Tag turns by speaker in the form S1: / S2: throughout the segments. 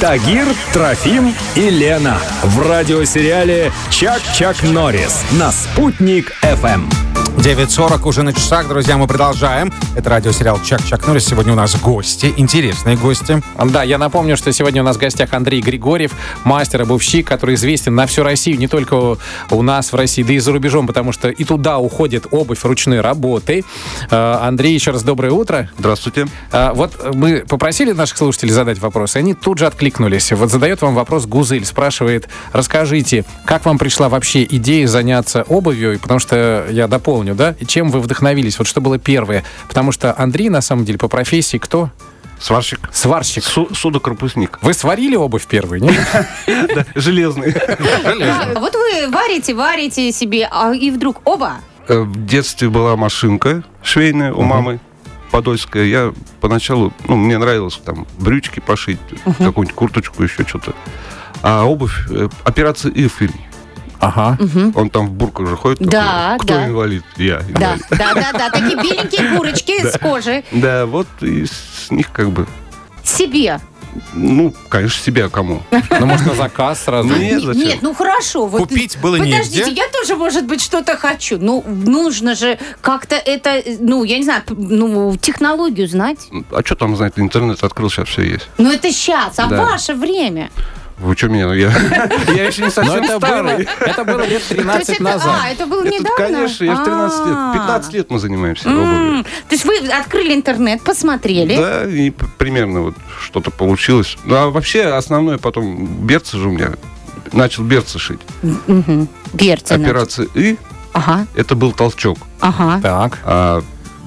S1: Тагир, Трофим и Лена в радиосериале «Чак-Чак Норрис» на «Спутник Эм». FM.
S2: 9.40 уже на часах, друзья, мы продолжаем. Это радиосериал «Чак-Чак Норрис». Сегодня у нас гости, интересные гости.
S3: Да, я напомню, что сегодня у нас в гостях Андрей Григорьев, мастер обувщик, который известен на всю Россию, не только у нас в России, да и за рубежом, потому что и туда уходит обувь ручной работы. Э, Андрей, еще раз доброе утро.
S4: Здравствуйте.
S3: Э, Вот мы попросили наших слушателей задать вопросы, они тут же откликнулись. Вот задает вам вопрос Гузель, спрашивает, расскажите, как вам пришла вообще идея заняться обувью, И потому что я дополню, да, и чем вы вдохновились, вот что было первое, потому что Андрей, на самом деле, по профессии кто?
S4: Сварщик.
S3: Сварщик.
S4: Су- судокорпусник.
S3: Вы сварили обувь первой, нет?
S4: Да, Железный.
S5: А Вот вы варите, варите себе, а и вдруг оба.
S4: Э, В детстве была машинка швейная у мамы подольская. Я поначалу, ну, мне нравилось там брючки пошить, какую-нибудь курточку, еще что-то. А обувь, э, операция Ифель.
S3: Ага.
S4: Он там в бурках же ходит.
S5: Да,
S4: такой, Кто
S5: да.
S4: инвалид? Я
S5: Да,
S4: инвалид.
S5: да, да, да. Такие беленькие курочки с кожи.
S4: Да, вот и с них как бы,
S5: Себе.
S4: ну, конечно, себя кому.
S3: Ну, может, на заказ сразу?
S4: Мне зачем?
S5: Нет, ну хорошо. вот-
S2: Купить было
S5: Подождите,
S2: негде.
S5: я тоже, может быть, что-то хочу. Ну, нужно же как-то это, ну, я не знаю, п- ну, технологию знать.
S4: А что там, знаете, интернет открыл, сейчас все есть.
S5: Ну, это сейчас, а
S4: Да.
S5: ваше время.
S4: Вы что меня? Я, я еще не
S3: Но
S4: совсем
S3: это было,
S4: старый.
S3: это было лет
S5: То есть
S3: 13
S5: это, а,
S3: назад.
S5: это было
S4: Это,
S5: недавно?
S4: конечно, я в 13 лет,
S5: А.
S4: 15 лет мы занимаемся
S5: М,
S4: обувью.
S5: То есть вы открыли интернет, посмотрели.
S4: Да, и п- примерно вот что-то получилось. Ну, а вообще основное потом берцы же у меня. Начал берцы шить.
S5: Мгм. Берцы, значит.
S4: Операция И,
S5: Ага,
S4: это был толчок.
S5: ага.
S3: Так.
S4: А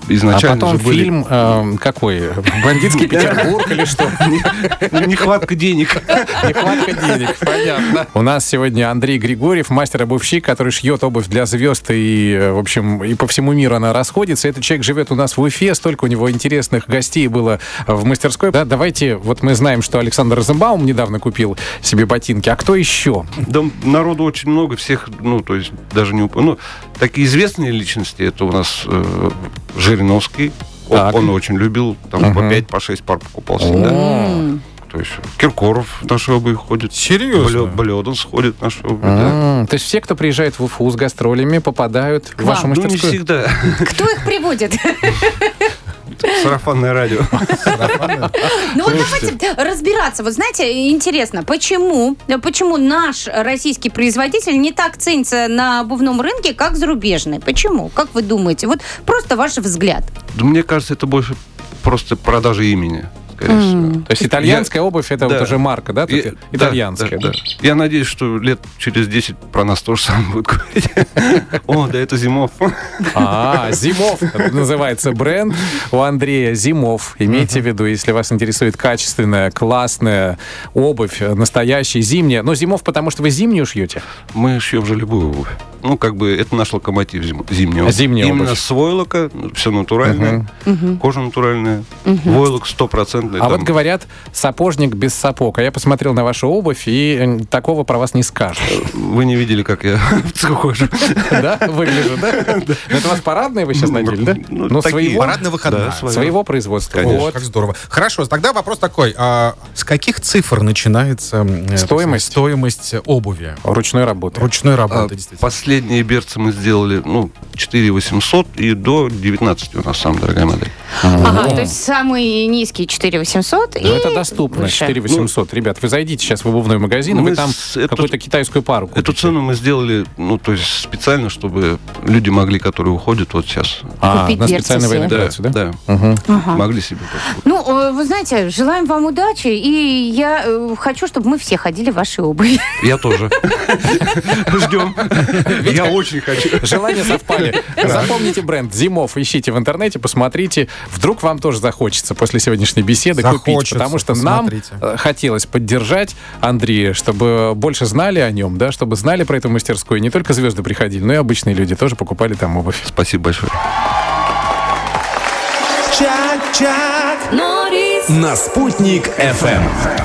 S3: А
S4: изначально
S3: потом
S4: же были...
S3: фильм эм, какой? Бандитский Петербург или что?
S4: Нехватка денег.
S3: Нехватка денег, понятно. У нас сегодня Андрей Григорьев, мастер-обувщик, который шьет обувь для звезд, и, э, в общем, и по всему миру она расходится. Этот человек живет у нас в Уфе, столько у него интересных гостей было э, в мастерской. Да, давайте, вот мы знаем, что Александр Розенбаум недавно купил себе ботинки, а кто еще?
S4: Да, народу очень много, всех, ну, то есть даже не уп- Ну, такие известные личности, это у нас э, Жириновский. Он,
S3: Так.
S4: он очень любил, там по 5, по 6 пар покупал всегда.
S5: М.
S4: То есть Киркоров в нашу обувь ходит.
S2: Серьезно?
S4: Блё- Блёданс ходит в нашу обувь, да.
S3: М, То есть все, кто приезжает в Уфу с гастролями, попадают в
S5: вам.
S3: вашу
S4: Ну, не
S3: мастерскую?
S4: всегда.
S5: Кто их приводит?
S4: Сарафанное радио.
S5: Ну вот давайте разбираться. Вот знаете, интересно, почему, почему наш российский производитель не так ценится на обувном рынке, как зарубежный? Почему? Как вы думаете? Вот просто ваш взгляд.
S4: Да Мне кажется, это больше просто продажа имени, скорее всего.
S3: То есть итальянская обувь, это вот
S4: Да.
S3: уже марка, да?
S4: И-
S3: тут Итальянская,
S4: да, да, да. Я надеюсь, что лет через 10 про нас тоже самое будут говорить. О, да это Зимов.
S3: А, Зимов называется бренд у Андрея Зимов. Имейте в виду, если вас интересует качественная, классная обувь, э, настоящая, зимняя. Но Зимов, потому что вы зимнюю шьете.
S4: Мы шьем же любую обувь. Ну, как бы это наш локомотив зим- зимнего.
S3: Зимняя
S4: Именно
S3: обувь.
S4: с войлока, все натуральное, кожа натуральная, войлок стопроцентный.
S3: А
S4: там.
S3: вот говорят, сапожник без сапог. А я посмотрел на вашу обувь, и э, такого про вас не скажешь.
S4: Вы не видели, как я в цеху хожу.
S3: Да? Выгляжу, да? Ну, Это у вас парадные вы сейчас надели, да?
S4: Ну,
S3: Ну,
S4: такие.
S3: своего
S2: Парадная выходная.
S4: Да, своего.
S3: своего производства.
S4: Конечно.
S3: Вот.
S2: Как здорово. Хорошо, тогда вопрос такой. а с каких цифр начинается э,
S3: Стоимость?
S2: стоимость обуви?
S3: Ручной работы.
S2: Ручной
S4: А,
S2: работы, действительно.
S4: Последние берцы мы сделали, ну, 4 800 и до 19 у нас самая дорогая модель.
S5: Ага, то есть самые низкие 4800
S3: Ну, это доступно, 4800. Ребят, вы зайдите сейчас в обувной магазин, и вы
S4: Мы
S3: там
S4: с- эту-
S3: какую-то китайскую пару
S4: Эту
S3: купите.
S4: цену мы сделали, ну, то есть специально, чтобы люди могли, которые уходят вот сейчас.
S3: А,
S5: Купить
S3: на
S5: берцы
S3: специальной
S5: себе.
S3: военной операции, да?
S4: Могли себе такую.
S5: Ну, э, вы знаете, желаем вам удачи, и я э, хочу, чтобы мы все ходили в вашей обуви.
S4: Я тоже. Ждем. Я очень хочу.
S3: Желания совпали. Запомните бренд Зимов, ищите в интернете, посмотрите. Вдруг вам тоже захочется после сегодняшней беседы купить,
S2: Захочется,
S3: потому что
S2: посмотрите.
S3: нам э, хотелось поддержать Андрея, чтобы больше знали о нем, да, чтобы знали про эту мастерскую. Не только звезды приходили, но и обычные люди тоже покупали там обувь.
S4: Спасибо большое.
S1: На «Спутник FM.